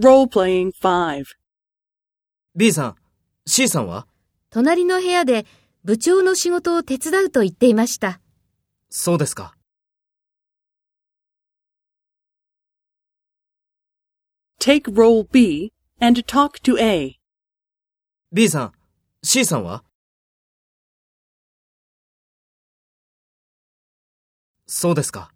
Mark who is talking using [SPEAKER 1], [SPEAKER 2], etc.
[SPEAKER 1] Role-playing 5.
[SPEAKER 2] B さん、C さんは
[SPEAKER 3] 隣の部屋で部長の仕事を手伝うと言っていました。
[SPEAKER 2] そうですか。
[SPEAKER 1] Take role B and talk to A.
[SPEAKER 2] B さん、C さんはそうですか。